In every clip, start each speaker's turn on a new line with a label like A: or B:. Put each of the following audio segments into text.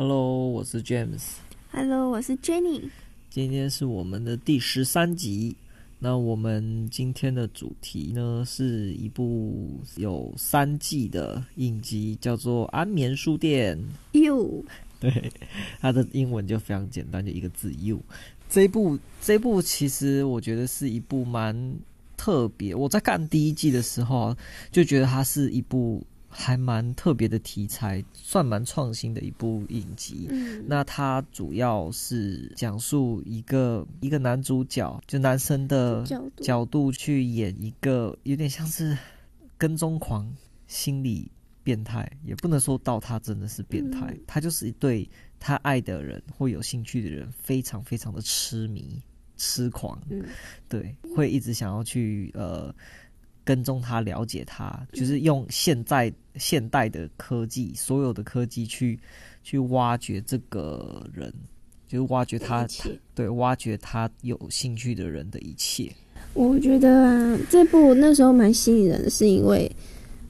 A: 我是 James，
B: Hello，我是 Jenny。
A: 今天是我们的第十三集。那我们今天的主题呢，是一部有三季的影集，叫做《安眠书店》。
B: You，
A: 对，它的英文就非常简单，就一个字 “you”。这一部这一部其实我觉得是一部蛮特别。我在看第一季的时候啊就觉得它是一部还蛮特别的题材，算蛮创新的一部影集。
B: 嗯，
A: 那它主要是讲述一个一个男主角，就男生的
B: 角度
A: 角度去演一个有点像是跟踪狂、心理变态，也不能说到他真的是变态，
B: 嗯
A: 他就是对他爱的人或有兴趣的人非常非常的痴迷、痴狂，
B: 嗯
A: 对，会一直想要去呃跟踪他、了解他，就是用现在现代的科技，所有的科技去去挖掘这个人。就是挖掘他
B: 一，切
A: 对，挖掘他有兴趣的人的一切。
B: 我觉得啊，这部那时候蛮吸引人的，是因为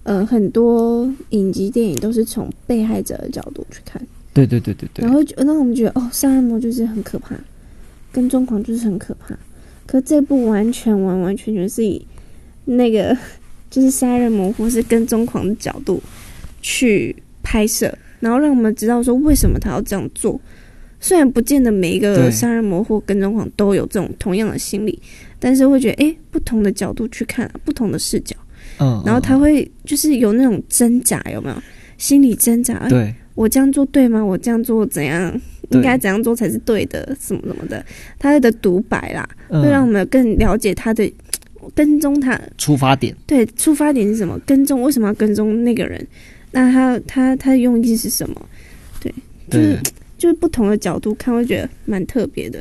B: 呃，很多影集电影都是从被害者的角度去看，
A: 对对对对对
B: 然，后就让我们觉得哦，杀人魔就是很可怕，跟踪狂就是很可怕。可这部完全完完全全是以那个就是杀人魔或是跟踪狂的角度去拍摄，然后让我们知道说为什么他要这样做。虽然不见得每一
A: 对
B: 个杀人魔或跟踪狂都有这种同样的心理，但是会觉得诶，不同的角度去看、不同的视角，
A: 嗯，
B: 然后他
A: 嗯
B: 会就是有那种挣扎，有没有心理挣扎？哎
A: 对
B: 我这样做对吗？我这样做怎样？
A: 对
B: 应该怎样做才是对的？什么什么的，他的独白啦，会让我
A: 嗯、
B: 们更了解他的跟踪他，
A: 出发点，
B: 对出发点是什么？跟踪为什么要跟踪那个人？那他他他的用意是什么？就是
A: 对
B: 就是不同的角度看，会觉得蛮特别的。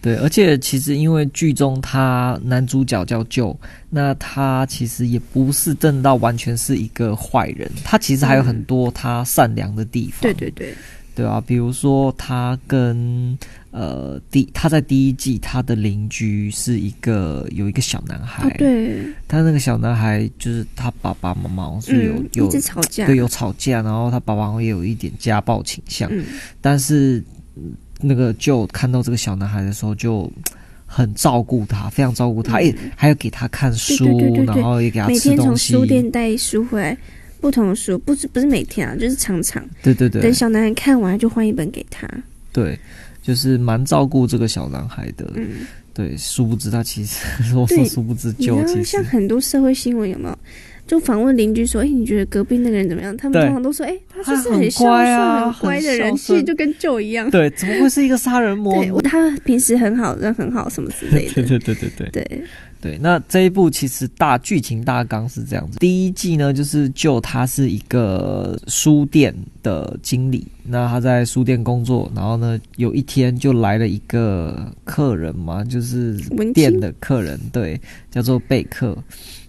A: 对，而且其实因为剧中他男主角叫舅，那他其实也不是正到完全是一个坏人，他其实还有很多他善良的地方，
B: 嗯对对对，
A: 对啊，比如说他跟呃第他在第一季他的邻居是一个有一个小男孩，
B: 哦对，
A: 他那个小男孩就是他爸爸妈妈好像是有、
B: 嗯，一
A: 有
B: 直吵架，
A: 对，有吵架，然后他爸爸好像也有一点家暴倾向，
B: 嗯
A: 但是嗯那个就看到这个小男孩的时候就。很照顾他，非常照顾他，
B: 嗯
A: 哎、还要给他看书，
B: 对对对对对
A: 然后也给他
B: 每
A: 吃
B: 天
A: 东
B: 从
A: 西，
B: 书店带书回来，不同的书，不是不是每天啊，就是常常
A: 对对对
B: 等，小男孩看完就换一本给他。
A: 对，就是蛮照顾这个小男孩的。
B: 嗯。
A: 对，殊不知他其实， 我说
B: 对
A: 殊不知
B: 你
A: 就
B: 知道，
A: 其
B: 像
A: 实
B: 很多社会新闻有没有？就访问邻居说：“哎、你觉得隔壁那个人怎么样？”他们
A: 对
B: 通常都说：“哎、他就
A: 他
B: 是
A: 很
B: 很孝顺、
A: 乖啊
B: 很乖的
A: 很
B: 人，
A: 孝
B: 其
A: 顺
B: 实就跟舅一样。”
A: 对，怎么会是一个杀人魔？
B: 对，我他平时很好，人很好，什么之类
A: 对
B: 的。
A: 对对对对。
B: 对，
A: 对，那这一部其实大剧情大纲是这样子：第一季呢，就是就他是一个书店的经理，那他在书店工作，然后呢，有一天就来了一个客人嘛，就是
B: 文
A: 店
B: 青
A: 的客人，对，叫做贝克。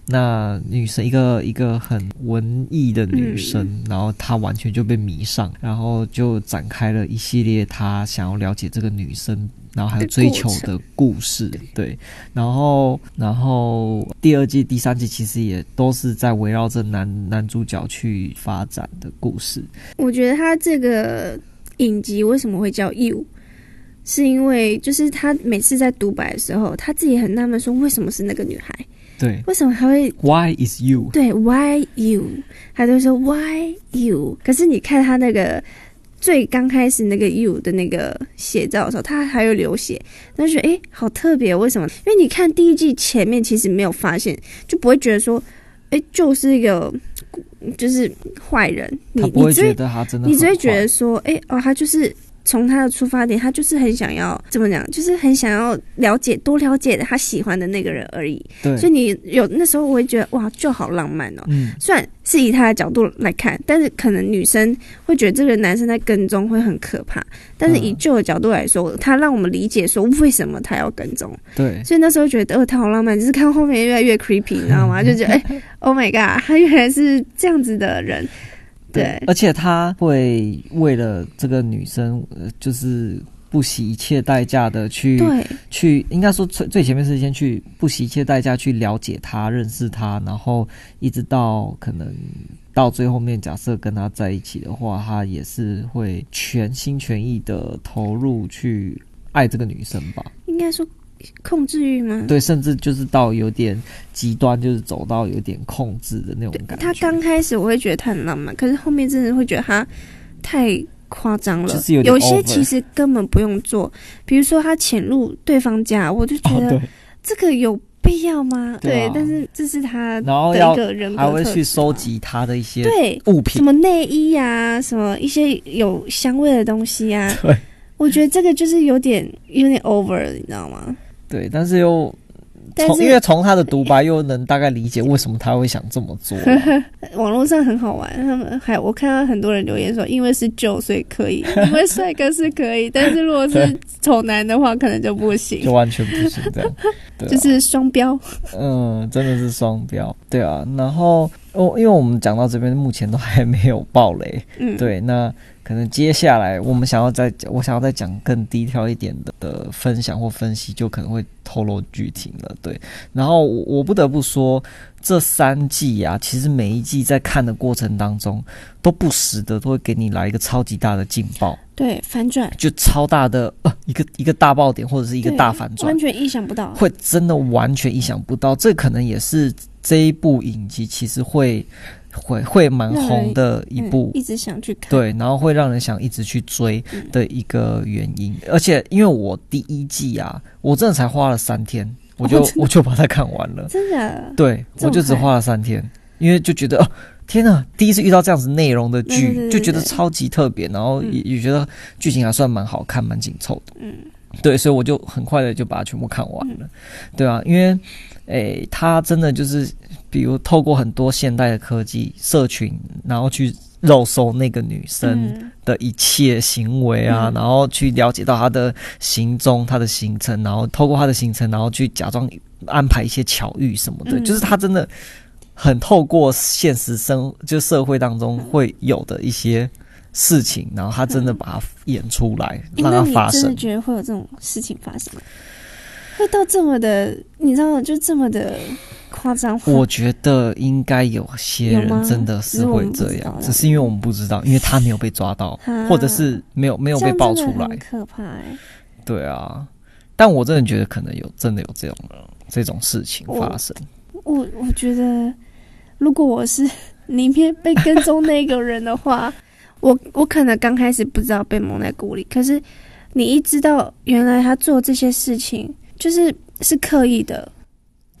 A: 那女生一个一个很文艺的
B: 嗯
A: 女生，然后她完全就被迷上，然后就展开了一系列她想要了解这个女生，然后还有追求的故事，对。然后，然后第二季、第三季其实也都是在围绕着男男主角去发展的故事。
B: 我觉得他这个影集为什么会叫 You，是因为就是他每次在独白的时候，他自己很纳闷说：“为什么是那个女孩？
A: 对
B: 为什么还会
A: ，Why is you？
B: 对，Why you？他就说 Why you？可是你看他那个最刚开始那个 you 的那个写照的时候，他还有流血，他就觉得诶，好特别，为什么？因为你看第一季前面其实没有发现，就不会觉得说，诶，就是一个就是坏人，你
A: 他不会
B: 你只
A: 觉
B: 会
A: 得他真的很
B: 你只会觉
A: 坏
B: 得说，诶，哦，他就是。从他的出发点，他就是很想要怎么讲，就是很想要了解多了解他喜欢的那个人而已。
A: 对，
B: 所以你有那时候我会觉得哇，就好浪漫哦。
A: 嗯，
B: 虽然是以他的角度来看，但是可能女生会觉得这个男生在跟踪会很可怕。但是以
A: 嗯
B: 旧的角度来说，他让我们理解说为什么他要跟踪。
A: 对，
B: 所以那时候觉得，哦，他好浪漫，只是看后面越来越 creepy，你知道吗？就觉得，哎、o h my god，他原来是这样子的人。对
A: 而且他会为了这个女生，呃就是不惜一切代价的去
B: 对
A: 去，应该说最最前面是先去不惜一切代价去了解他、认识他，然后一直到可能到最后面，假设跟他在一起的话，他也是会全心全意的投入去爱这个女生吧。
B: 应该说控制欲吗？
A: 对，甚至就是到有点极端，就是走到有点控制的那种感觉。
B: 他刚开始我会觉得他很浪漫，可是后面真的会觉得他太夸张了。
A: 就是有点
B: 有些
A: over
B: 其实根本不用做，比如说他潜入对方家，我就觉
A: 哦
B: 得、
A: 对，
B: 这个有必要吗？
A: 对啊
B: 但是这是他
A: 然后
B: 的
A: 要
B: 一个人格
A: 还会
B: 特
A: 去
B: 质
A: 收
B: 嘛
A: 集他的一些
B: 对
A: 物
B: 什
A: 品，
B: 么内衣啊，什么一些有香味的东西啊。
A: 对
B: 我觉得这个就是有点有点 over 了，你知道吗？
A: 对，但是又
B: 但
A: 从
B: 是
A: 因为从他的独白又能大概理解为什么他会想这么做啊、
B: 网络上很好玩，他们还我看到很多人留言说，因为是旧所以 可以，因为帅哥是可以，但是如果是丑男的话，可能就不行
A: 就，完全不行这 样。对、啊，
B: 就是双标。
A: 嗯，真的是双标。对啊，然后哦，因为我们讲到这边，目前都还没有爆雷。
B: 嗯，
A: 对，那可能接下来我们想要再，我想要再讲更低调一点的的分享或分析，就可能会透露剧情了。对，然后我我不得不说，这三季啊，其实每一季在看的过程当中，都不时的都会给你来一个超级大的劲爆，
B: 对，反转，
A: 就超大的呃一个一个大爆点或者是一个
B: 对
A: 大反转
B: 完，全意想不到。
A: 会真的完全意想不到。这可能也是这一部影集其实会会会蛮
B: 让人
A: 红的一部。
B: 嗯一嗯直想去看。
A: 对，然后会让人想一直去追的一个原因。而且因为我第一季啊，我真的才花了三天，我就、
B: 哦真的
A: 我就把它看完了。
B: 真的，
A: 对，
B: 这
A: 我
B: 么
A: 就只
B: 快
A: 花了三天，因为就觉得哦，天呐，第一次遇到这样子内容的剧，
B: 对对对
A: 就觉得
B: 对
A: 超级特别，然后
B: 嗯
A: 也、也觉得剧情还算蛮好看、蛮紧凑的。
B: 嗯，
A: 对，所以我就很快的就把它全部看完了。对啊，因为诶，它真的就是比如透过很多现代的科技社群，然后去肉搜那个女生。
B: 嗯，
A: 的一切行为啊，
B: 嗯
A: 然后去了解到他的行踪、他的行程，然后透过他的行程，然后去假装安排一些巧遇什么的，
B: 嗯
A: 就是他真的很透过现实生就社会当中会有的一些事情，然后他真的把它演出来，
B: 嗯诶
A: 让
B: 那
A: 它
B: 你
A: 发
B: 真的
A: 生。
B: 觉得会有这种事情发生吗？会到这么的，你知道，就这么的夸张化？
A: 我觉得应该有些
B: 有吗
A: 人真的是会这样，只是因为我们不知道，因为他没有被抓到，
B: 啊
A: 或者是没有没有
B: 这
A: 被
B: 样
A: 爆
B: 真
A: 出
B: 的
A: 来。
B: 很可怕、欸。
A: 对啊，但我真的觉得可能有真的有这种这种事情发生。
B: 哦我我觉得，如果我是里面被跟踪那个人的话，我我可能刚开始不知道被蒙在鼓里，可是你一知道原来他做这些事情就是是刻意的，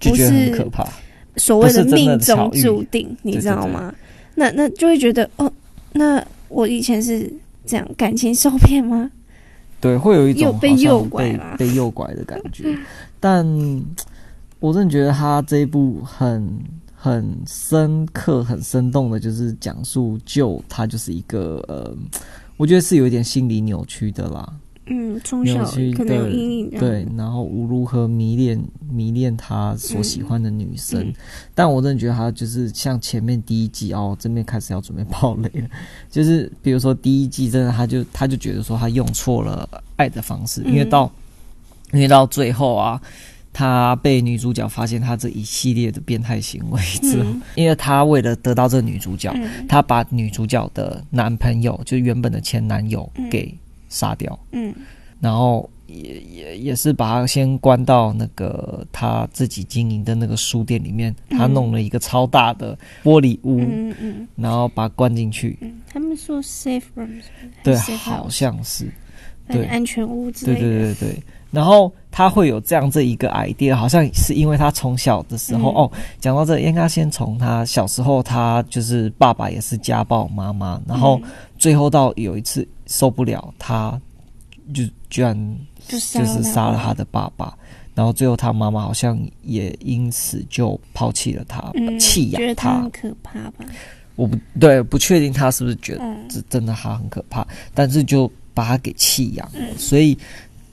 A: 就觉得很
B: 不是
A: 可怕，
B: 所谓
A: 不是真的
B: 命中
A: 巧遇
B: 注定，你知道吗？那那就会觉得哦，那我以前是这样感情受骗吗？
A: 对，会有一种
B: 有被
A: 好像
B: 诱拐
A: 被
B: 啦
A: 被诱拐的感觉。但我真的觉得他这一部很很深刻、很生动的，就是讲述就他就是一个呃，我觉得是有一点心理扭曲的啦，
B: 嗯，从
A: 扭
B: 小
A: 曲
B: 可能有
A: 对
B: 阴影，
A: 对，，然后无如何迷恋迷恋他所喜欢的女生，
B: 嗯嗯
A: 但我真的觉得他就是像前面第一季哦，这边开始要准备爆 雷了，就是比如说第一季真的他就他就觉得说他用错了爱的方式，因为
B: 嗯
A: 到因为到最后啊。他被女主角发现他这一系列的变态行为之后，
B: 嗯
A: 因为他为了得到这个女主角，
B: 嗯
A: 他把女主角的男朋友，就是原本的前男友给杀掉。
B: 嗯
A: 然后也也也是把他先关到那个他自己经营的那个书店里面，他
B: 嗯
A: 弄了一个超大的玻璃屋，
B: 嗯嗯
A: 然后把他关进去。
B: 嗯，他们说 safe room，是不是
A: 对，
B: 还是 safe
A: 好
B: house
A: 像是，
B: 反正
A: 对
B: 安全屋之
A: 对
B: 类的。
A: 对对对。然后他会有这样这一个 idea，好像是因为他从小的时候、
B: 嗯
A: 哦，讲到这应该先从他小时候，他就是爸爸也是家暴妈妈，然后
B: 嗯
A: 最后到有一次受不了，他就居然
B: 就杀
A: 就
B: 了
A: 是
B: 他
A: 杀了
B: 爸
A: 他的爸爸，然后最后他妈妈好像也因此就抛弃了他，
B: 嗯，
A: 弃
B: 觉
A: 养
B: 得他
A: 他
B: 很。可怕吧？
A: 我不对，不确定他是不是觉得
B: 嗯
A: 这真的他很可怕，但是就把他给弃养了，
B: 嗯
A: 所以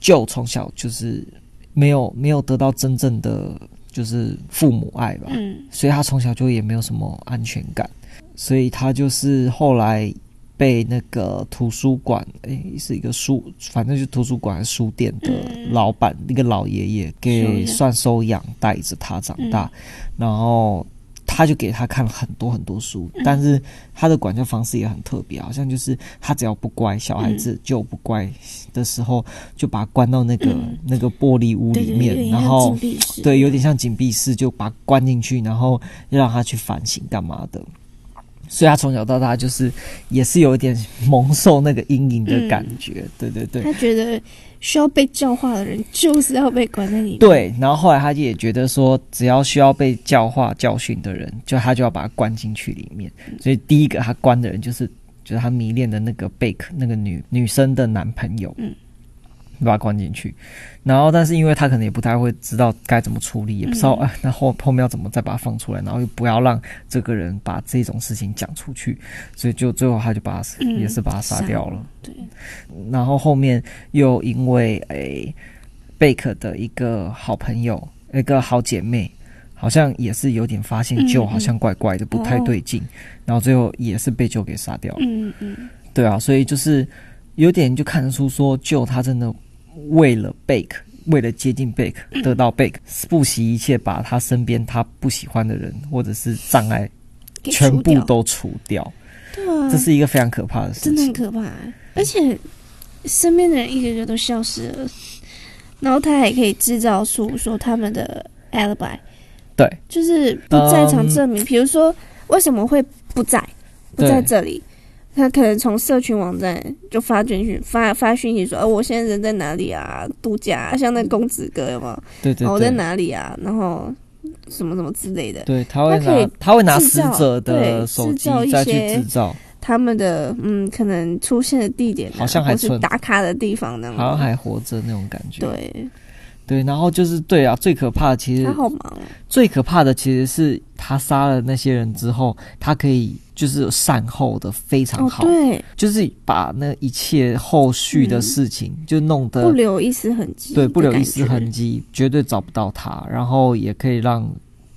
A: 就从小就是没有没有得到真正的就是父母爱吧，
B: 嗯
A: 所以他从小就也没有什么安全感，所以他就是后来被那个图书馆，诶，是一个书，反正就图书馆书店的老板，一个老爷爷
C: 收
A: 给
C: 养
B: 嗯
A: 算收养，带着他长大，然后他就给他看了很多很多书，
B: 嗯
A: 但是他的管教方式也很特别，好像就是他只要不乖，小孩子就不乖的时候，就把他关到那个、
B: 嗯
A: 那个玻璃屋
B: 对
A: 里
B: 对对，有
A: 面，
B: 点
A: 然
B: 像
A: 后
B: 禁闭室，
A: 对，有点像紧闭式，就把他关进去，然后让他去反省干嘛的。所以他从小到大就是也是有一点蒙受那个阴影的感觉，对对对。
B: 他觉得需要被教化的人 就是要被关在里面，
A: 对，然后后来他也觉得说，只要需要被教化、教训的人，就他就要把他关进去里面。
B: 嗯
A: 所以第一个他关的人就是，就是他迷恋的那个贝克，那个女女生的男朋友，
B: 嗯，
A: 把他关进去。然后，但是因为他可能也不太会知道该怎么处理，也不知道
B: 嗯
A: 啊， 那后后面要怎么再把他放出来，然后又不要让这个人把这种事情讲出去，所以就最后他就把他死、
B: 嗯
A: 也是把他杀
B: 杀
A: 掉
B: 了
A: 了。
B: 对，
A: 然后后面又因为诶贝克的一个好朋友，一个好姐妹，好像也是有点发现
B: 嗯
A: 舅
B: 嗯
A: 好像怪怪的，不太对劲，然后最后也是被舅给杀掉了。
B: 嗯嗯，
A: 嗯对啊，所以就是有点就看得出说舅他真的为了贝克。为了接近贝克，得到贝克，不惜一切把他身边他不喜欢的人或者是障碍
B: 给
A: 全
B: 除
A: 部
B: 掉
A: 都除掉，
B: 对啊，
A: 这是一个非常可怕的事
B: 真的
A: 情。
B: 很可怕，而且身边的人一个个都消失了，然后他还可以制造出说他们的 alibi，
A: 对，
B: 就是不在场
A: 嗯
B: 证明，比如说为什么会不在不
A: 对
B: 在这里。他可能从社群网站就发讯息，发发讯息说，哦，我现在人在哪里啊？度假啊、像那公子哥有没有？
A: 对对
B: 哦，我
A: 对
B: 在哪里啊？然后什么什么之类的，
A: 对，他会
B: 他可以
A: 拿他会拿
B: 制
A: 死
B: 造
A: 者的
B: 对
A: 手
B: 制
A: 机
B: 造一
A: 再去
B: 些
A: 制造，
B: 他们的嗯，可能出现的地点、啊，
A: 好像还
B: 或是
A: 存
B: 打卡的地方那样子
A: 好像还活着那种感觉。
B: 对，
A: 对然后就是对啊，最可怕的其实
B: 他好忙哦，
A: 最可怕的其实是他杀了那些人之后，他可以就是善后的非常
B: 哦
A: 好，
B: 对，
A: 就是把那一切后续的
B: 嗯
A: 事情就弄
B: 不
A: 得。
B: 留一丝痕迹，
A: 呃对，不留一丝痕。迹，绝对找不到他。然后也可以让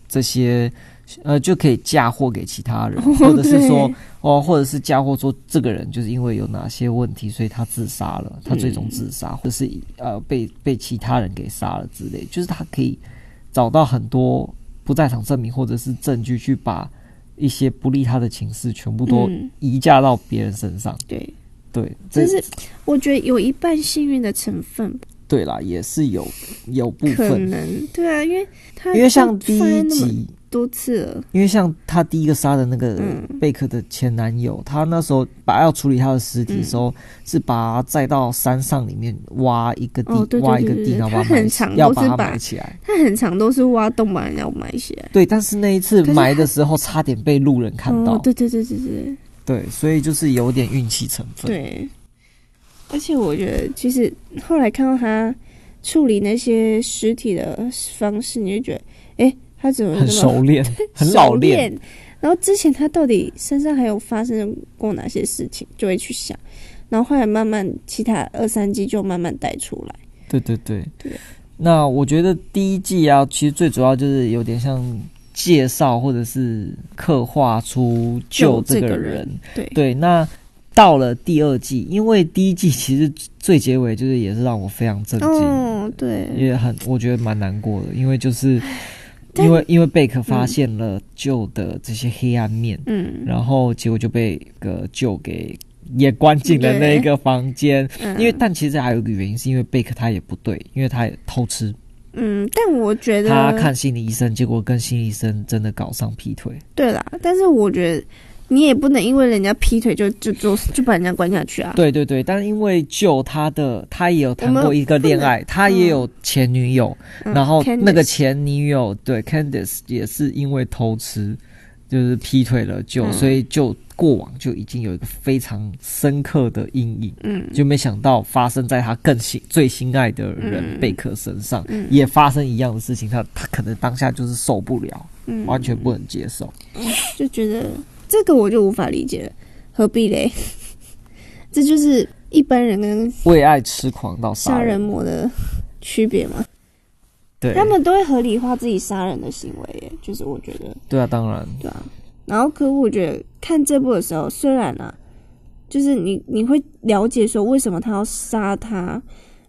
A: 这些，呃，就可以嫁祸给其他 人，
B: 哦
A: 或者是说
B: 对，
A: 哦，或者是嫁祸说这个人就是因为有哪些问题，所以他自杀了，他最终自杀，或者是呃被被其他人给杀了之类，就是他可以找到很多不在场证明或者是证据去把。一些不利他的情势全部都
B: 嗯，
A: 移嫁到别人身上，
B: 对，
A: 对，这
B: 就是我觉得有一半幸运的成分，
A: 对啦，也是有有部
B: 可
A: 分，
B: 能对啊，因为他
A: 因为像
B: 都
A: 第
B: 发
A: 一
B: 生那么
A: 集，
B: 多次了，
A: 因为像他第一个杀的那个
B: 嗯
A: 贝克的前男友，他那时候把要处理他的尸体的时候，
B: 嗯
A: 是把他载到山上里面挖一个地，
B: 哦对对
A: 挖一个
B: 对对
A: 地，
B: 对
A: 然后把
B: 他
A: 它埋
B: 很
A: 起
B: 常，
A: 要
B: 都
A: 把
B: 是
A: 它
B: 把
A: 埋起来。
B: 他很常都是挖洞把人家埋起来。
A: 对，但是那一次
B: 可是
A: 埋
B: 他
A: 的时候差点被路人看到，
B: 哦，对对对对对哦
A: 对所以就是有点运气成分。
B: 对，而且我觉得其实后来看到他处理那些尸体的方式，你就觉得，哎，他怎么
A: 很
B: 这么
A: 熟 练，很老练，
B: 练。然后之前他到底身上还有发生过哪些事情，就会去想。然后后来慢慢，其他二三季就慢慢带出来。
A: 对对对
B: 对。
A: 那我觉得第一季啊，其实最主要就是有点像介绍或者是刻画出救
B: 救这
A: 这个
B: 个
A: 人。
B: 人对，
A: 对，那到了第二季，因为第一季其实最结尾就是也是让我非常震惊，
B: 哦，对，
A: 也很我觉得蛮难过的，因为就是
B: 但
A: 因为因为贝克发现了旧的这些黑暗面，
B: 嗯，
A: 然后结果就被个旧给。也关进了那个房间，
B: 嗯
A: 因为但其实还有一个原因，是因为贝克他也不对，因为他也偷吃，
B: 嗯，但我觉得
A: 他看心理医生，结果跟心理医生真的搞上劈腿，
B: 对啦，但是我觉得你也不能因为人家劈腿就就就就把人家关下去啊。
A: 对对对，但因为就他的，他也有谈
B: 我们
A: 过一个恋爱，他也有前女友，
B: 嗯
A: 然后
B: Candice
A: 那个前女友对 Candice 也是因为偷吃，就是劈腿了就，
B: 嗯
A: 所以就过往就已经有一个非常深刻的阴影，
B: 嗯
A: 就没想到发生在他更心最心爱的人
B: 嗯
A: 贝克身上，
B: 嗯
A: 也发生一样的事情，他他可能当下就是受不了，
B: 嗯，
A: 完全不能接受。
B: 就觉得这个我就无法理解了，何必嘞？ 这就是一般人跟
A: 为爱痴狂到杀
B: 杀人
A: 人，
B: 魔的区别嘛。
A: 对，
B: 他们都会合理化自己杀人的行为耶，就是我觉得，
A: 对啊，当然。
B: 对啊。然后，可我觉得看这部的时候，虽然啊，就是你你会了解说为什么他要杀他，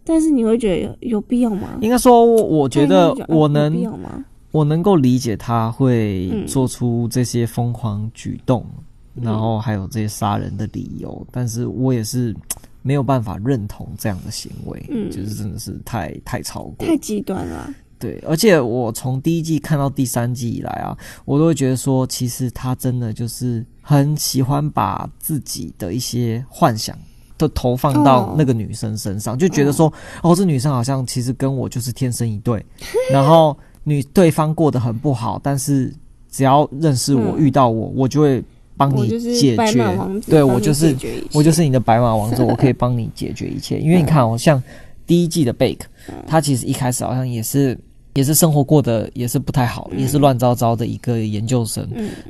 B: 但是你会觉得有有必要吗？
A: 应该说，我我觉得
B: 但你会
A: 我
B: 啊有必
A: 能
B: 要吗？
A: 我能够理解他会
B: 嗯
A: 做出这些疯狂举动，然后还有这些杀人的理由，但是我也是没有办法认同这样的行为，
B: 嗯
A: 就是真的是太太超过，
B: 太极端了啊，
A: 对，而且我从第一季看到第三季以来啊，我都会觉得说，其实他真的就是很喜欢把自己的一些幻想都投放到
B: 哦
A: 那个女生身上，就觉得说，哦，这女生好像其实跟我就是天生一 对，然后女对方过得很不好，但是只要认识我、
B: 嗯
A: 遇到我，我就会帮
B: 我
A: 你
B: 就是
A: 解
B: 白马
A: 决，
B: 王子，
A: 对
B: 帮
A: 我
B: 你
A: 就是
B: 解决一
A: 我就
B: 切
A: 是你的白马王子，我可以帮你解决一切。因为你看哦，像第一季的 Bake，他其实一开始好像也是也是生活过得也是不太好，也是乱糟糟的一个研究生。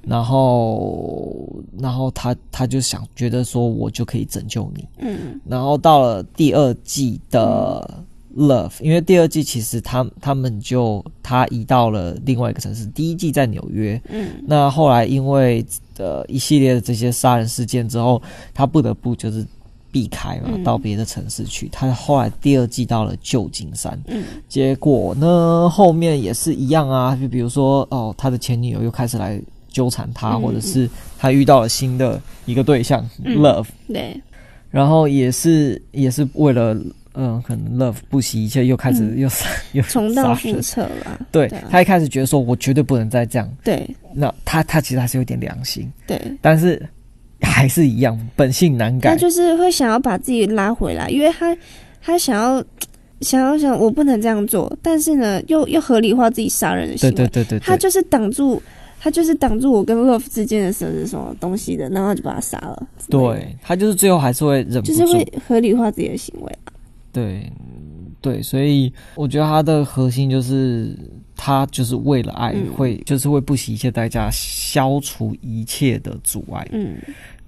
A: 然后然后他他就想觉得说我就可以拯救你。
B: 嗯
A: 然后到了第二季的 Love，因为第二季其实他他们就他移到了另外一个城市，第一季在纽约，
B: 嗯，
A: 那后来因为呃一系列的这些杀人事件之后，他不得不就是避开嘛，
B: 嗯
A: 到别的城市去。他后来第二季到了旧金山，
B: 嗯
A: 结果呢后面也是一样啊，就比如说哦，他的前女友又开始来纠缠他，
B: 嗯
A: 或者是他遇到了新的一个对象、
B: 嗯
A: love，
B: 对，
A: 然后也是也是为了。嗯，可能 love 不惜一切，又开始、
B: 嗯
A: 又杀 又
B: 重
A: 杀
B: 蹈覆
A: 人
B: 辙了，
A: 对
B: 对啊
A: 他一开始觉得说，我绝对不能再这样。
B: 对
A: 那他他其实还是有点良心，
B: 对。
A: 但是还是一样，本性难
B: 他
A: 改。
B: 就是会想要把自己拉回来，因为他他想要想要想我不能这样做，但是呢，又又合理化自己杀人的行
A: 对
B: 为，
A: 对对对
B: 他
A: 对，
B: 就是挡住他就是挡住我跟 Love 之间的什么什么东西的，然后就把他杀了，
A: 对他就是最后还是会忍不
B: 就是
A: 住。
B: 会合理化自己的行为啊，
A: 对嗯对，所以我觉得他的核心就是他就是为了爱
B: 嗯
A: 会就是会不惜一切代价消除一切的阻碍。
B: 嗯，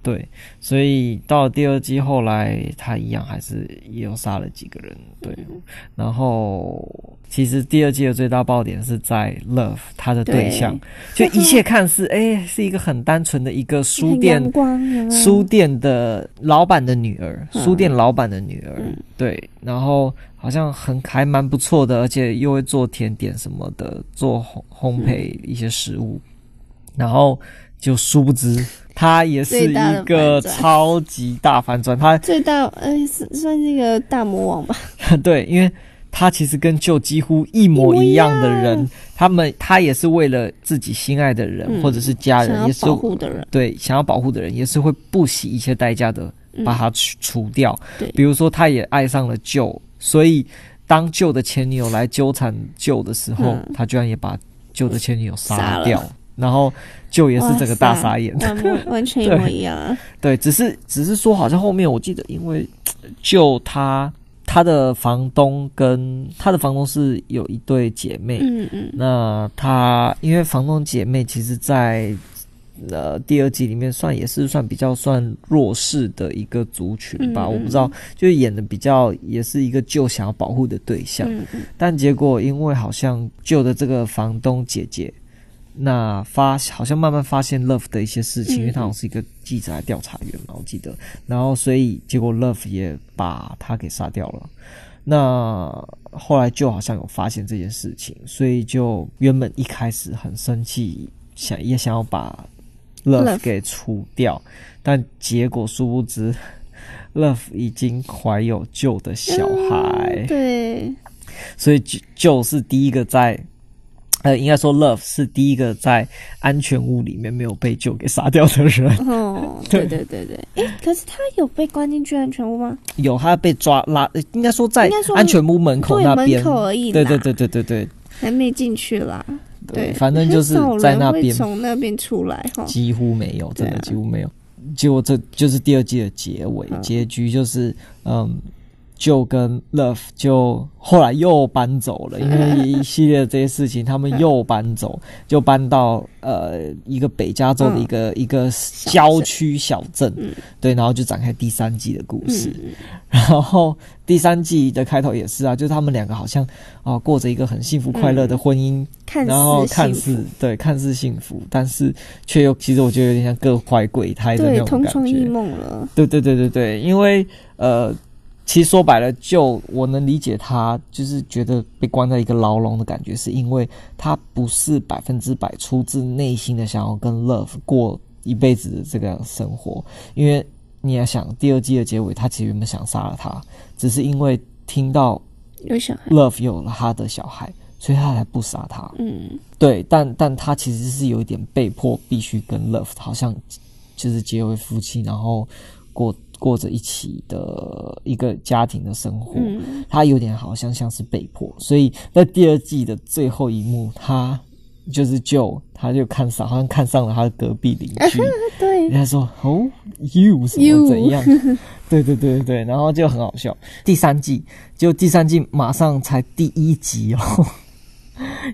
A: 对，所以到了第二季后来，他一样还是也有杀了几个人。对，
B: 嗯
A: 然后其实第二季的最大爆点是在 Love 他的对
B: 对
A: 象，就一切看似哎、是一个很单纯的一个书
B: 很阳
A: 店。
B: 光啊有没有
A: 书店的老板的女儿，
B: 嗯
A: 书店老板的女儿，
B: 嗯
A: 对，然后好像很还蛮不错的，而且又会做甜点什么的，做烘烘焙一些食物，
B: 嗯
A: 然后就殊不知他也是
B: 最大的
A: 一个
B: 反转
A: 超级大反转，他
B: 最大呃算算是一个大魔王吧，
A: 对，因为他其实跟旧几乎一模一样的人，他们他也是为了自己心爱的人、
B: 嗯
A: 或者是家
B: 想
A: 人，
B: 要
A: 也是
B: 保护的人，
A: 对想要保护的人，也是会不惜一切代价的
B: 嗯
A: 把他除除掉。
B: 对
A: 比如说他也爱上了旧，所以当旧的前女友来纠缠旧的时候，
B: 嗯
A: 他居然也把旧的前女友
B: 杀
A: 杀
B: 了
A: 掉。然后旧也是这个大
B: 哇塞
A: 傻眼，
B: 完完完全一模一样啊，
A: 对，只是只是说，好像后面我记得，因为就他他的房东跟他的房东是有一对姐妹，
B: 嗯嗯，
A: 那他因为房东姐妹其实在，呃第二季里面算也是算比较算弱势的一个族群吧，
B: 嗯嗯
A: 我不知道，就是演的比较也是一个旧想要保护的对象，
B: 嗯嗯
A: 但结果因为好像旧的这个房东姐姐，那发好像慢慢发现 Love 的一些事情，
B: 嗯
A: 因为她好像是一个记者还调查员嘛，我记得。然后所以结果 Love 也把他给杀掉了。那后来就好像有发现这件事情，所以就原本一开始很生气，想也想要把 Love
B: Love
A: 给除掉，但结果殊不知 Love 已经怀有旧的小孩。
B: 嗯对，
A: 所以就就是第一个在，呃，应该说 Love 是第一个在安全屋里面没有被救给杀掉的人。
B: 哦，
A: 对
B: 对对对对，哎、可是他有被关进去安全屋吗？
A: 有他被抓拉，呃应该说在
B: 应该说
A: 安全屋门口
B: 对，
A: 那边
B: 门，口而已啦，
A: 对对对对对对
B: 还没进去啦。对，
A: 反正就是
B: 很少
A: 在
B: 人
A: 那
B: 会
A: 边
B: 从那边出来哈。
A: 几乎没有，真的
B: 对啊
A: 几乎没有。结果这就是第二季的结尾，
B: 嗯
A: 结局就是，嗯，就跟 Love 就后来又搬走 了，因为一系列的这些事情，他们又搬走，就搬到呃一个北加州的一
B: 嗯
A: 个、一个郊区小镇，对，然后就展开第三季的故事。
B: 嗯
A: 然后第三季的开头也是啊，就是他们两个好像啊、过着一个很幸福快
B: 嗯
A: 乐的婚姻，
C: 看似
A: 然后看
C: 幸福
A: 似对看似幸福，但是却又其实我觉得有点像各怀鬼胎的那
B: 对，
A: 种
B: 同
A: 感
B: 床
A: 觉。
B: 异梦了。
A: 对对对对对，因为呃，其实说白了，就我能理解他，就是觉得被关在一个牢笼的感觉，是因为他不是百分之百出自内心的想要跟 Love 过一辈子的这个生活，因为你要想第二季的结尾，他其实原本想杀了他，只是因为听到
B: 有小孩，
A: Love 有了他的小孩，所以他才不杀他。
B: 嗯，
A: 对，但但他其实是有一点被迫必须跟 Love 好像就是结为夫妻，然后过过着一起的一个家庭的生活。
B: 嗯
A: 他有点好像像是被迫，所以在第二季的最后一幕，他就是就他就看上好像看上了他的隔壁邻居，
B: 对
A: 人家说哦，you 什
B: You
A: 么怎 样？对对对对对，然后就很好笑。第三季就第三季马上才第一集哦，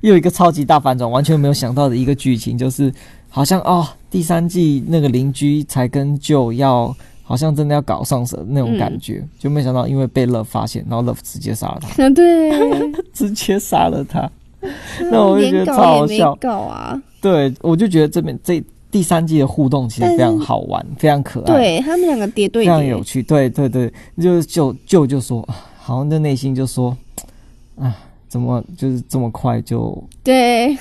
A: 又一个超级大反转，完全没有想到的一个剧情，就是好像哦，第三季那个邻居才跟舅要。好像真的要搞上手那种感觉，就没想到因为被 Love 发现，然后 Love 直接杀了 他，
B: 嗯，对，
A: 直接杀了他。 那我就觉得
B: 嗯连
A: 超
B: 搞
A: 好
B: 也
A: 笑
B: 没。搞啊，
A: 对，我就觉得这边这第三季的互动其实非常好玩，非常可爱。
B: 对他们两个叠对
A: 非常有
B: 叠，
A: 趣。对对对，就就就就说，啊好像在内心就说，啊，怎么就是这么快就
B: 对，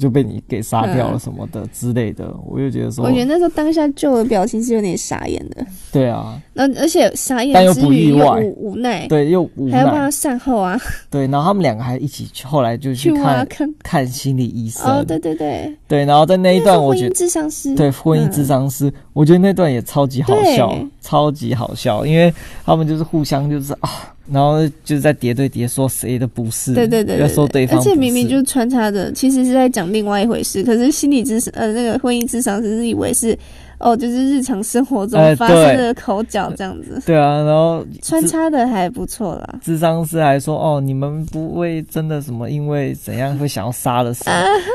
A: 就被你给杀掉了
B: 嗯
A: 什么的之类的，我就觉得说
B: 我，觉得那时候当下舅的表情是有点傻眼的，
A: 对啊，
B: 那而且傻眼
A: 但又
B: 之
A: 不
B: 余
A: 意
B: 又
A: 外
B: 无无奈，
A: 对，又无
B: 哎还要帮他
A: 奈，
B: 善后啊，
A: 对，然后他们两个还一起去，后来就
B: 去
A: 去
B: 挖
A: 看
B: 坑。
A: 看心理医生，
B: 哦，对对对，
A: 对，然后在那一段我觉
B: 婚
A: 得
B: 姻。智商师，
A: 对婚姻智商师，我觉得那段也超级好笑
B: 对，
A: 超级好笑，因为他们就是互相就是啊，然后就是在叠对叠说谁的不是，
B: 对对对
A: 要
B: 对
A: 说对方
B: 而且
A: 不
B: 明明
A: 是
B: 就是穿插的，其实是呃在讲另外一回事。可是心理智商，呃，那个婚姻智商是以为是，哦，就是日常生活中
A: 哎
B: 发生
A: 对
B: 的口角这样子，
A: 对啊，然后
B: 穿
A: 智
B: 插的还不错啦。
A: 智商师还说哦，你们不会真的什么，因为怎样会想要杀了
B: 啊
A: 谁？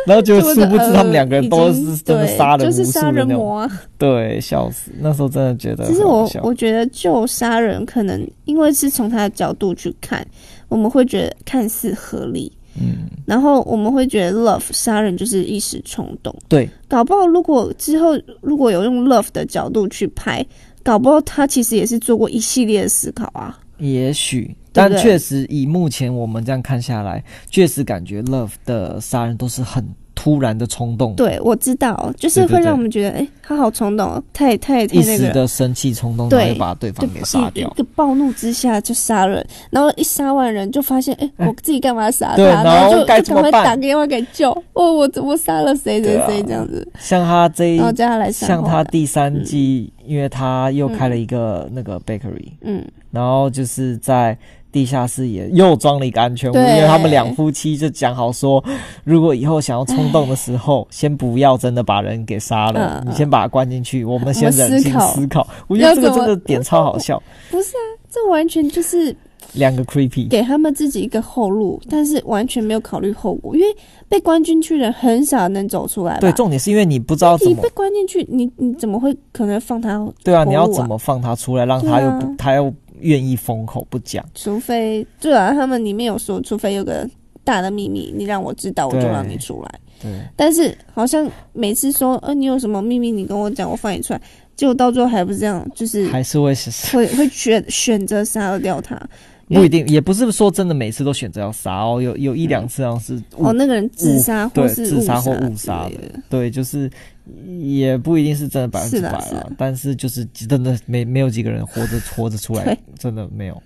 A: 然后就
B: 这么
A: 殊
B: 的
A: 不知他们两个人都
B: 呃已经
A: 是真的
B: 对
A: 杀了
B: 就
A: 无
B: 是
A: 数
B: 杀
A: 的
B: 人
A: 那种，
B: 魔啊。
A: 对，笑死！那时候真的觉得
B: 其实
A: 很好
B: 我
A: 笑
B: 我觉得，就杀人可能因为是从他的角度去看，我们会觉得看似合理，
A: 嗯，
B: 然后我们会觉得 love 杀人就是一时冲动。
A: 对
B: 搞不好如果之后如果有用 love 的角度去拍，搞不好他其实也是做过一系列的思考啊。
A: 也许，
B: 对不
A: 但
B: 对
A: 确实以目前我们这样看下来，确实感觉 Love 的杀人都是很突然的冲动，
B: 对，我知道，就是
A: 对对
B: 会让
A: 对
B: 我们觉得，哎、他好冲动哦，太太太
A: 一
B: 那个
A: 时
B: 了。
A: 的生气冲动，
B: 对
A: 然后就把对
B: 就
A: 方给杀
B: 一
A: 掉
B: 一。个暴怒之下就杀人，然后一杀完人就发现，哎、我自己干嘛杀他？
A: 对
B: 然
A: 然后
B: 就
A: 该
B: 就
A: 怎
B: 赶
A: 么
B: 快
A: 办
B: 打电话给舅，哦，我我杀了谁谁
A: 对啊
B: 谁这样子，
A: 像他这一
B: 然后叫他来杀
A: 像
B: 我
A: 他
B: 的
A: 第三季，因为他又开了一个那个 bakery，
B: 嗯，
A: 然后就是在地下室也又装了一个安全屋，因
B: 对
A: 为他们两夫妻就讲好说，如果以后想要冲动的时候，先不要真的把人给杀了，
B: 嗯
A: 你先把他关进去，我们先
B: 我们
A: 冷静
B: 思考
A: 思考。我觉得这个
B: 要怎么
A: 真的点超好笑，
B: 不是啊，这完全就是
A: 两个 creepy，
B: 给他们自己一个后路，但是完全没有考虑后果，因为被关进去的人很少能走出来吧。
A: 对，重点是因为你不知道怎
B: 你
A: 么
B: 被。关进去，你你怎么会可能放他？
A: 对啊，
B: 投入啊
A: 你要怎么放他出来，让他又不，
B: 对啊
A: 他又愿意封口不讲？
B: 除非对啊，他们里面有说，除非有个大的秘密，你让我知道，我就
A: 对
B: 让你出来。
A: 对，
B: 但是好像每次说，呃，你有什么秘密，你跟我讲，我放你出来，结果到最后还不是这样，就是
A: 还是 会
B: 会会选选择杀掉他。
A: 不一定，也不是说真的每次都选择要杀哦，有有一两次好像是误
B: 哦，那个人自杀或
A: 对
B: 是
A: 自杀或误
B: 之
A: 杀
B: 类
A: 的
B: 的，
A: 对，就是也不一定是真的百分之
B: 是
A: 百
B: 啦是
A: 了
B: 啦，
A: 但是就是真的没没有几个人活 着活着出来
B: 对，
A: 真的没有。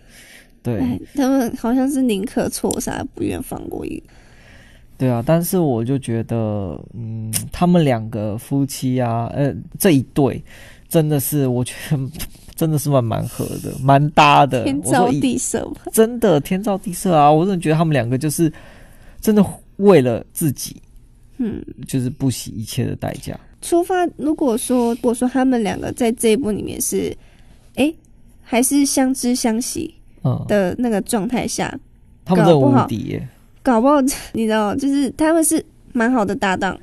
A: 对
B: 哎，他们好像是宁可错杀，不愿放过一个。
A: 对啊，但是我就觉得，嗯，他们两个夫妻啊，呃，这一对真的是，我觉得 真的是蛮蛮合的，蛮搭的。
B: 天
A: 我说
B: 造
A: 以
B: 地设吧，
A: 真的天造地设啊！我真的觉得他们两个就是真的为了自己，
B: 嗯，
A: 就是不惜一切的代价。
B: 出发，如果说如果说他们两个在这一部里面是，哎、还是相知相惜，
A: 嗯，
B: 的那个状态下，
A: 他们真的
B: 搞不好
A: 无敌耶，
B: 搞不好你知道，就是他们是蛮好的搭档，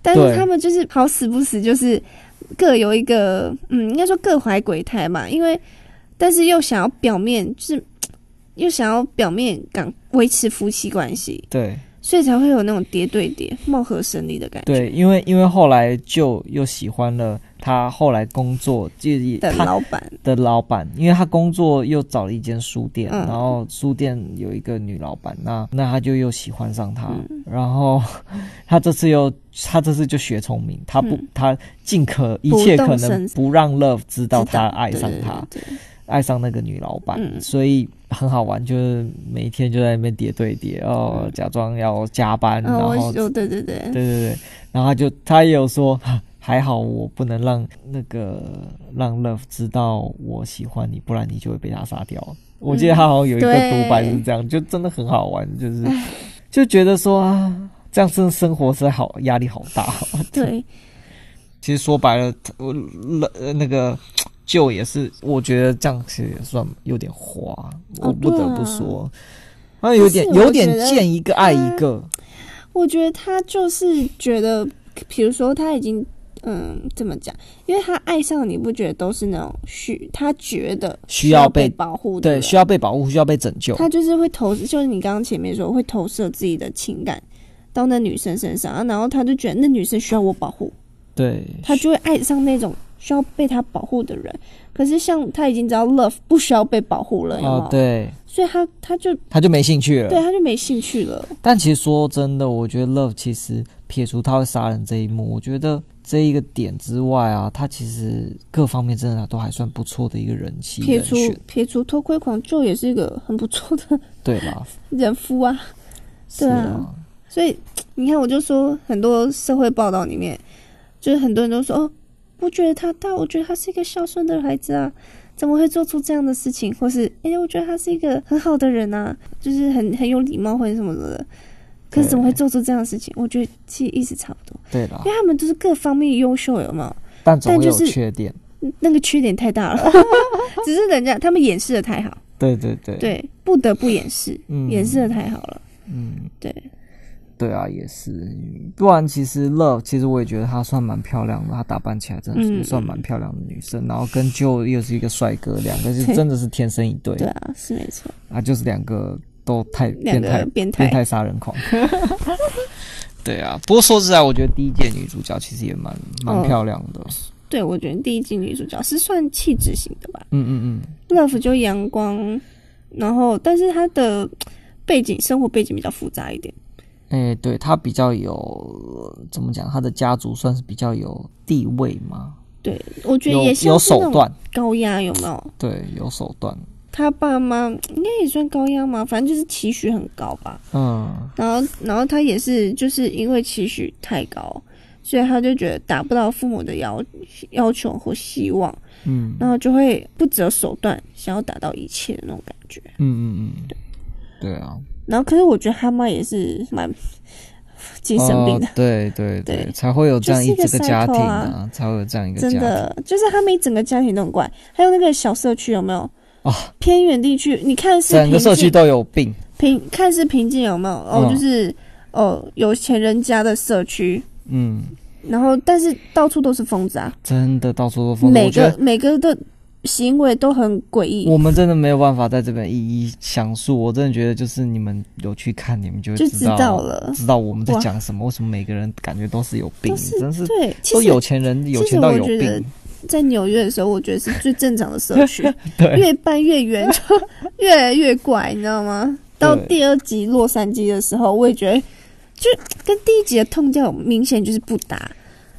B: 但是
A: 对
B: 他们就是好死不死，就是各有一个，嗯，应该说各怀鬼胎嘛，因为但是又想要表面就是。又想要表面敢维持夫妻关系，
A: 对
B: 所以才会有那种叠对叠、貌合神离的感觉。
A: 对，因为因为后来就又喜欢了他后来工作，就也
B: 的
A: 他
B: 老板，
A: 的老板，因为他工作又找了一间书店，
B: 嗯
A: 然后书店有一个女老板，那那他就又喜欢上她，
B: 嗯
A: 然后 他这次又他这次就学聪明，他不、
B: 嗯
A: 他尽可一
B: 不
A: 切可
B: 动声
A: 能
B: 色
A: 不让 Love 知道
B: 知道
A: 他爱上他，
B: 对
A: 爱上那个女老板，
B: 嗯
A: 所以很好玩，就是每天就在那边叠对叠哦，假装要加班，
B: 嗯，
A: 然
B: 我
A: 后
B: 有对对对，
A: 对对对，然后他就他也有说，哈还好我不能让那个让 Love 知道我喜欢你，不然你就会被他杀掉。我记得他好像有一个
B: 对
A: 独白是这样，就真的很好玩，就是 就觉得说啊，这样真的生活是好压力好大、哦。
B: 对，
A: 其实说白了，他我呃那个舅也是，我觉得这样其实也算有点花，我
B: 哦
A: 不得不
B: 对啊
A: 说，他有点
B: 不是我
A: 有点
B: 觉得
A: 见一个爱一个，
B: 我觉得他就是觉得，比如说他已经，嗯，怎么讲？因为他爱上你，不觉得都是那种需他觉得
A: 需
B: 要
A: 要被
B: 保护的
A: 对，
B: 人，
A: 需要被保护，需要被拯救。
B: 他就是会投，就是你刚刚前面说会投射自己的情感到那女生身上，啊然后他就觉得那女生需要我保护，
A: 对，
B: 他就会爱上那种需要被他保护的人。可是像他已经知道 love 不需要被保护了，有没有
A: 哦，对，
B: 所以他他就
A: 他就没兴趣
B: 对啊
A: 了。
B: 他就没兴趣了。
A: 但其实说真的，我觉得 Love 其实撇除他会杀人这一幕，我觉得这一个点之外啊，他其实各方面真的都还算不错的一个人气
B: 撇
A: 人
B: 除
A: 选，
B: 撇除偷窥狂，就也是一个很不错的
A: 对啦，
B: 人夫啊。
A: 是啊，
B: 所以你看，我就说很多社会报道里面，就是很多人都说哦，不觉得他大，我觉得他是一个孝顺的孩子啊，怎么会做出这样的事情？或是哎、我觉得他是一个很好的人啊，就是很很有礼貌或者什么的。可是怎么会做出这样的事情？我觉得其实意思差不多，
A: 对啦
B: 因，为他们都是各方面优秀，有没有？
A: 但总会有
B: 就是
A: 缺点。
B: 那个缺点太大了， 只是人家他们掩饰的太好，
A: 对对对，
B: 对，不得不掩饰，
A: 嗯
B: 掩饰的太好了，
A: 嗯，
B: 对。
A: 对啊，也是。不然其实 Love，其实我也觉得她算蛮漂亮的，她打扮起来真的
B: 嗯
A: 是算蛮漂亮的女生。然后跟 Joe 又是一个帅哥，两个是真的是天生一对
B: 对啊，是没错，
A: 啊，就是两个都太变
B: 两
A: 态
B: 个变态
A: 变，态杀人 狂。对啊，不过说实在，我觉得第一届女主角其实也蛮蛮
B: 哦
A: 漂亮的。
B: 对我觉得第一季女主角是算气质型的吧
A: 嗯嗯
B: ，Love 就阳光，然后但是她的背景生活背景比较复杂一点，
A: 嗯，哎，对她比较有怎么讲，她的家族算是比较有地位嘛，
B: 对我觉得
A: 有
B: 也像
A: 有
B: 是那
A: 手
B: 种
A: 段，
B: 高压有没有？
A: 对，有手段。
B: 她爸妈应该也算高压嘛，反正就是期许很高吧。
A: 嗯，
B: 然后然后她也是就是因为期许太高，所以她就觉得达不到父母的要要求或希望，
A: 嗯
B: 然后就会不择手段想要达到一切的那种感觉。
A: 嗯嗯嗯，对啊，
B: 然后，可是我觉得他妈也是蛮精神病的，
A: 哦对对对，
B: 对
A: 才会有这样一
B: 就是一个
A: 这个家庭
B: cycle
A: 啊，才会有这样一个家
B: 真
A: 庭。
B: 的，就是他们一整个家庭都很怪。还有那个小社区有没有？
A: 哦
B: 偏远地区，你看是
A: 整
B: 平
A: 个社区
B: 静，
A: 都有病，
B: 平看是平静有没有？哦，
A: 嗯
B: 就是哦，有钱人家的社区，
A: 嗯，
B: 然后但是到处都是疯子啊，
A: 真的到处都疯。哦
B: 每
A: 我觉
B: 个
A: 得
B: 每个的行为都很诡 异，
A: 我们真的没有办法在这边一一详述，我真的觉得就是你们有去看，你们就会
B: 就
A: 知
B: 知
A: 道
B: 道了。
A: 知道我们在
B: 哇
A: 讲什么。为什么每个人感觉都是有病，
B: 都是
A: 真是
B: 对，其
A: 都
B: 实
A: 有钱人有钱到有
B: 其实我觉得
A: 病，
B: 在纽约的时候，我觉得是最正常的社区，
A: 对
B: 越搬越远就 越来越怪，你知道吗？到第二集洛杉矶的时候，我也觉得就跟第一集的痛调明显就是不搭，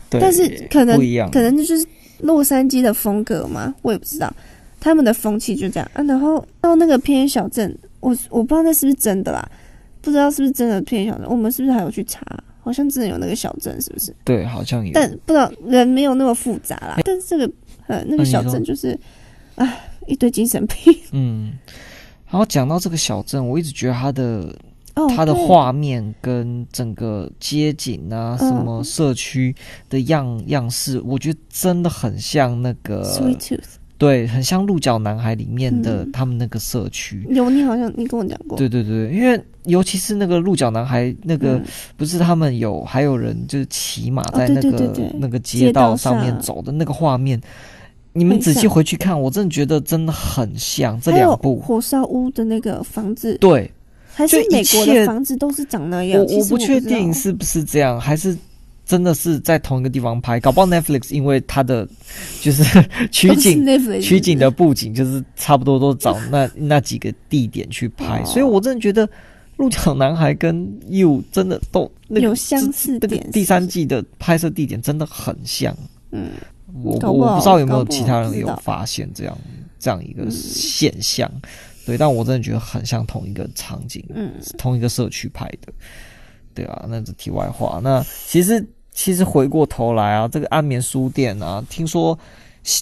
A: 对，
B: 但是可能
A: 不一样，
B: 可能就是洛杉矶的风格嘛，我也不知道，他们的风气就这样啊。然后到那个偏小镇，我我不知道那是不是真的啦，不知道是不是真的偏小镇，我们是不是还有去查？好像真的有那个小镇，是不是？
A: 对，好像有。
B: 但不知道人没有那么复杂啦。但是这个呃那
A: 那
B: 个
A: 你
B: 小
A: 说
B: 镇就是，唉，一堆精神病。
A: 嗯，然后讲到这个小镇，我一直觉得它的
B: 哦，
A: 它的
B: 对
A: 画面跟整个街景啊，
B: 嗯
A: 什么社区的样样式，我觉得真的很像那个
B: Sweet 嗯 Tooth，
A: 对，很像《鹿角男孩》里面的他们那个社区。
B: 有你好像你跟我讲过，
A: 对对对，因为尤其是那个鹿角男孩，那个、
B: 嗯哦
A: 不是他们有还有人就是骑马在
B: 对
A: 那个、
B: 对对对
A: 那个街道上面走的那个画面，你们
B: 很
A: 仔细
B: 像
A: 回去看，我真的觉得真的很像这
B: 还有
A: 两部。
B: 火烧屋的那个房子，
A: 对，
B: 还是
A: 就一
B: 美国
A: 切
B: 的房子都是长那样。
A: 我
B: 其实
A: 不
B: 不
A: 确
B: 知
A: 定
B: 道
A: 是不是这样，还是真的是在同一个地方拍，搞不好 Netflix 因为它的就是取
B: 都是
A: 景
B: Netflix
A: 取景的布景就是差不多都 找那那几个地点去拍，
B: 哦
A: 所以我真的觉得《鹿角男孩》跟《You》真的都那个
B: 有相似
A: 这这
B: 点
A: 个第三季的拍摄地点真的很像。
B: 嗯，
A: 我
B: 搞不
A: 我
B: 好
A: 不知道有没有
B: 搞不好
A: 其他
B: 不
A: 人
B: 知
A: 有
B: 道
A: 发现这样这样一个
B: 嗯
A: 现象，对，但我真的觉得很像同一个场景，
B: 嗯，
A: 同一个社区拍的，对啊，那是题外话。那其实其实回过头来啊，这个安眠书店啊，听说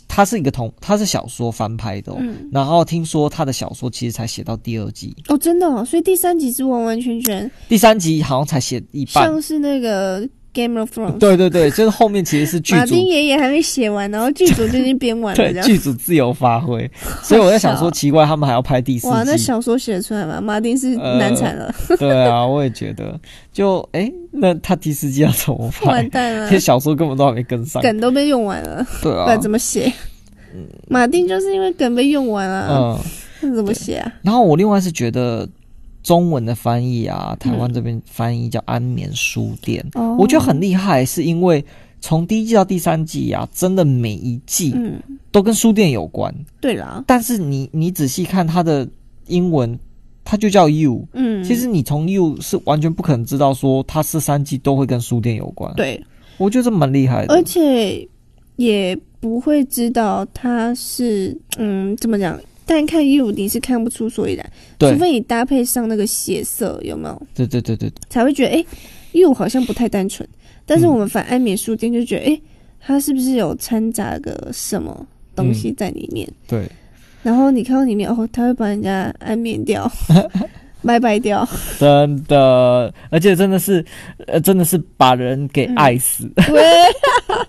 A: 它是一个同它是小说翻拍的、哦，
B: 嗯
A: 然后听说他的小说其实才写到第二季，
B: 哦，真的、哦，所以第三集是完完全全
A: 第三集好像才写一半。
B: 像是那个 Game of Thrones，
A: 对对对，就是后面其实是剧
B: 马
A: 组
B: 丁爷爷还没写完，然后剧组就已经编完了
A: 对
B: 这样。
A: 剧组自由发 挥，所以我在想说，奇怪，他们还要拍第四季？
B: 哇，那小说写得出来吗？马丁是
A: 呃
B: 难产了，
A: 对啊，我也觉得，就哎、诶那他第四季要怎么拍
B: 完？蛋
A: 这
B: 了
A: 些，小说根本都还没跟上，
B: 梗都被用完了，
A: 对
B: 不
A: 啊
B: 然，怎么写？马丁就是因为梗被用完了，
A: 嗯。
B: 那怎么写啊？
A: 然后我另外是觉得中文的翻译啊，台湾这边翻译叫安眠书店，
B: 哦
A: 我觉得很厉害，是因为从第一季到第三季啊，真的每一季
B: 嗯，
A: 都跟书店有关，
B: 对啦，
A: 但是你你仔细看它的英文，它就叫 You。
B: 嗯，
A: 其实你从 You 是完全不可能知道说它是三季都会跟书店有关，，
B: 对，
A: 我觉得这蛮厉害的。
B: 而且也不会知道他是嗯怎么讲，但看 you 你是看不出所以然，
A: 对
B: 除非你搭配上那个血色，有没有
A: 对对对对，
B: 才会觉得哎、you 好像不太单纯。但是
A: 嗯
B: 我们反安眠书店就觉得哎、它是不是有掺杂个什么东西在里面？
A: 嗯对，
B: 然后你看到里面哦，他会把人家安眠 掉。拜拜掉，
A: 真的，而且真的是，呃，真的是把人给
B: 嗯
A: 爱死。
B: 喂，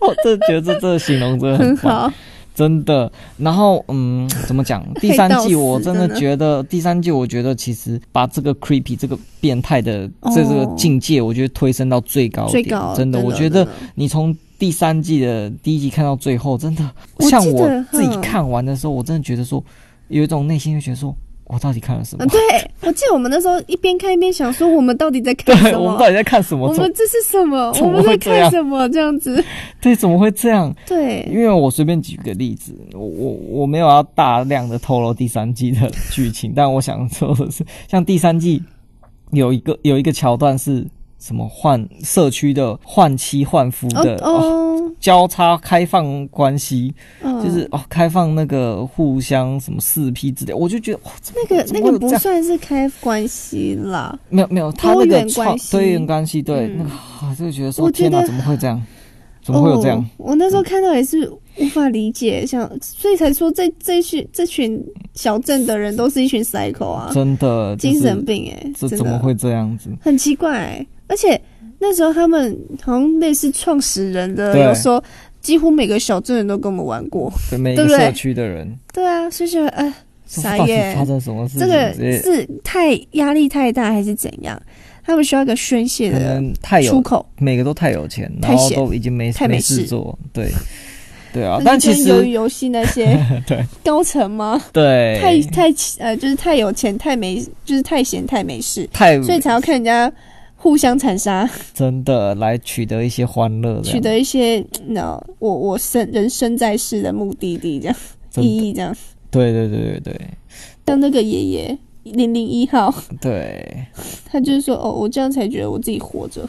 A: 我真的觉得这这个形容真的
B: 很
A: 很棒
B: 好，
A: 真的。然后，嗯，怎么讲？ 第三季我真的觉得，第三季我觉得其实把这个 creepy 这个变态的
B: 哦
A: 这个境界，我觉得推升到最高
B: 最
A: 点。
B: 高，
A: 真的，我觉得你从第三季的第一集看到最后，真的
B: 我记得嗯
A: 像我自己
B: 哼
A: 看完的时候，我真的觉得说，有一种内心就觉得说，我到底看了什么
B: 啊，？对，我记得我们那时候一边看一边想说，我们到底在看什
A: 对， 我们到
B: 么？
A: 底在看什么？
B: 我
A: 怎么
B: 们这是什么？
A: 怎
B: 我
A: 么
B: 们在
A: 会这
B: 看
A: 样
B: 什么？这样子，
A: 对，怎么会这样？因
B: 对，
A: 为我随便举个例子，我我我没有要大量的透露第三季的剧情，但我想说的是， 像第三季有一个有一个桥段是什么换社区的换妻换夫
B: 哦
A: 的、
B: 哦，
A: 交叉开放关系，
B: 哦
A: 就是哦开放那个互相什么四 P 之类，我就觉得、哦、怎么
B: 那个
A: 怎么
B: 那
A: 会
B: 个
A: 有
B: 不
A: 这样
B: 算是开关系啦，
A: 没有没有他
B: 多
A: 那个
B: 元
A: 创
B: 关系
A: 多元关系对、
B: 嗯
A: 那个啊就觉得说
B: 我觉
A: 天哪
B: 得
A: 怎么会这样，怎么会有这样？
B: 哦？我那时候看到也是无法理解，想所以才说这这群这群小镇的人都是一群 psycho 啊，
A: 真的、就是、
B: 精神病哎，
A: 这
B: 真
A: 怎么
B: 的
A: 会这样子？
B: 很奇怪、欸而且那时候他们好像类似创始人的，
A: 对
B: 有说几乎每个小镇人都跟我们玩过。
A: 对每一
B: 对
A: 个
B: 不对
A: 社区的人，
B: 对啊，所以觉得哎，
A: 说
B: 傻
A: 到底
B: 眼
A: 发生什么事情？
B: 这个
A: 直接
B: 是太压力太大还是怎样？他们需要一个宣泄
A: 可
B: 的
A: 能太
B: 出
A: 有，
B: 口，
A: 每个都太有钱，
B: 太
A: 然后
B: 闲
A: 都已经没
B: 太没
A: 没事
B: 事
A: 做， 对对啊
B: 那。
A: 但
B: 就跟
A: 其
B: 鱿鱼
A: 实
B: 游戏那些
A: 对
B: 高层吗？
A: 对
B: 太太呃，就是太有钱，太没，就是太闲，太没事，
A: 太
B: 所以才要看人家互相残杀，
A: 真的来取得一些欢乐这样，
B: 取得一些那我我生人生在世的目的地这样
A: 真
B: 意
A: 的
B: 义这样。
A: 对对对对对
B: 像那个爷爷零零一号，
A: 对。
B: 他就是说哦，我这样才觉得我自己 活着。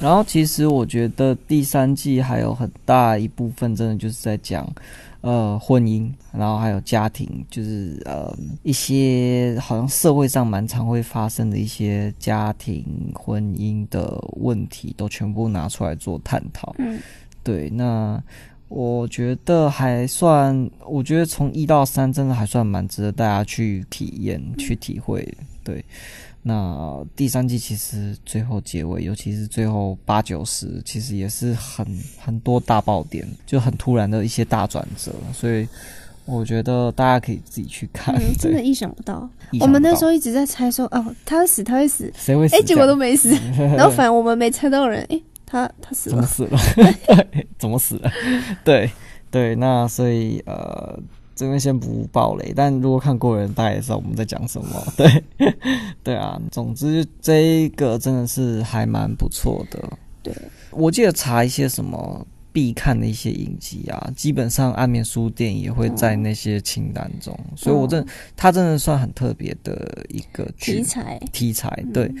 A: 然后其实我觉得第三季还有很大一部分真的就是在讲，呃，婚姻，然后还有家庭，就是呃一些好像社会上蛮常会发生的一些家庭婚姻的问题，都全部拿出来做探讨。
B: 嗯，
A: 对，那我觉得还算，我觉得从一到三真的还算蛮值得大家去体验、去体会的。对，那第三季其实最后结尾，尤其是最后八九十，其实也是很很多大爆点，就很突然的一些大转折，所以。我觉得大家可以自己去看。
B: 嗯，真的
A: 啊 对，
B: 意想不到。
A: 意想不到
B: 我们那时候一直在猜说，哦，他死，他会死，
A: 谁会死这
B: 哎、
A: 样？
B: 结果都 没死。然后反而我们没猜到人，哎、他他死
A: 怎么
B: 了。
A: 死了？ 怎么死了？对对，那所以呃，这边先不爆雷，但如果看过的人，大家也知道我们在讲什么。 对对啊，总之这一个真的是还蛮不错的。
B: 对，
A: 我记得查一些什么。必看的一些影集啊，基本上安眠书店也会在那些清单中，所以我真它真的算很特别的一个
B: 嗯题
A: 剧
B: 材，
A: 题材，对，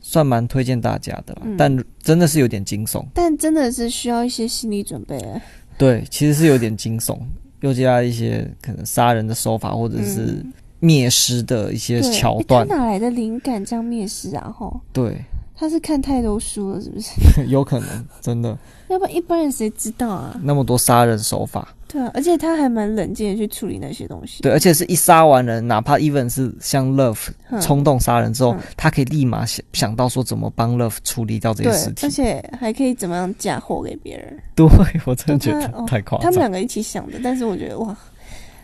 A: 算蛮推荐大家的啦。
B: 嗯
A: 但真的是有点惊悚，
B: 但真的是需要一些心理准备。啊
A: 对，其实是有点惊悚，又加一些可能杀人的手法或者是
B: 嗯
A: 灭尸的一些
B: 对，
A: 桥
B: 诶
A: 段，
B: 他哪来的灵感这样面试啊？吼，
A: 对，
B: 他是看太多书了，是不是？
A: 有可能真的
B: 要不然一般人谁知道啊？
A: 那么多杀人手法，
B: 对啊，而且他还蛮冷静的去处理那些东西。
A: 对，而且是一杀完人，哪怕 even 是像 Love
B: 嗯，
A: 冲动杀人之后
B: 嗯，
A: 他可以立马想想到说怎么帮 Love 处理掉这
B: 对
A: 些尸，体
B: 而，且还可以怎么样嫁祸给别人？
A: 对 我真的觉
B: 对他
A: 得
B: 哦
A: 太夸
B: 他们
A: 张，
B: 两个一起想的，但是我觉得哇，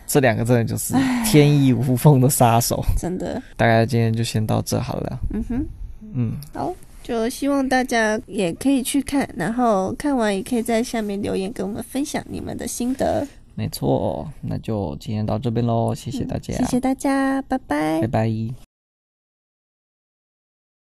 A: 这两个真的就是天衣无缝的杀手。
B: 真的，
A: 大概今天就先到这好了，
B: 嗯哼。
A: 嗯，
B: 就希望大家也可以去看，然后看完也可以在下面留言跟我们分享你们的心得。嗯
A: 没错，那就今天到这边喽，谢谢大家，
B: 谢谢大家，拜拜
A: 拜拜。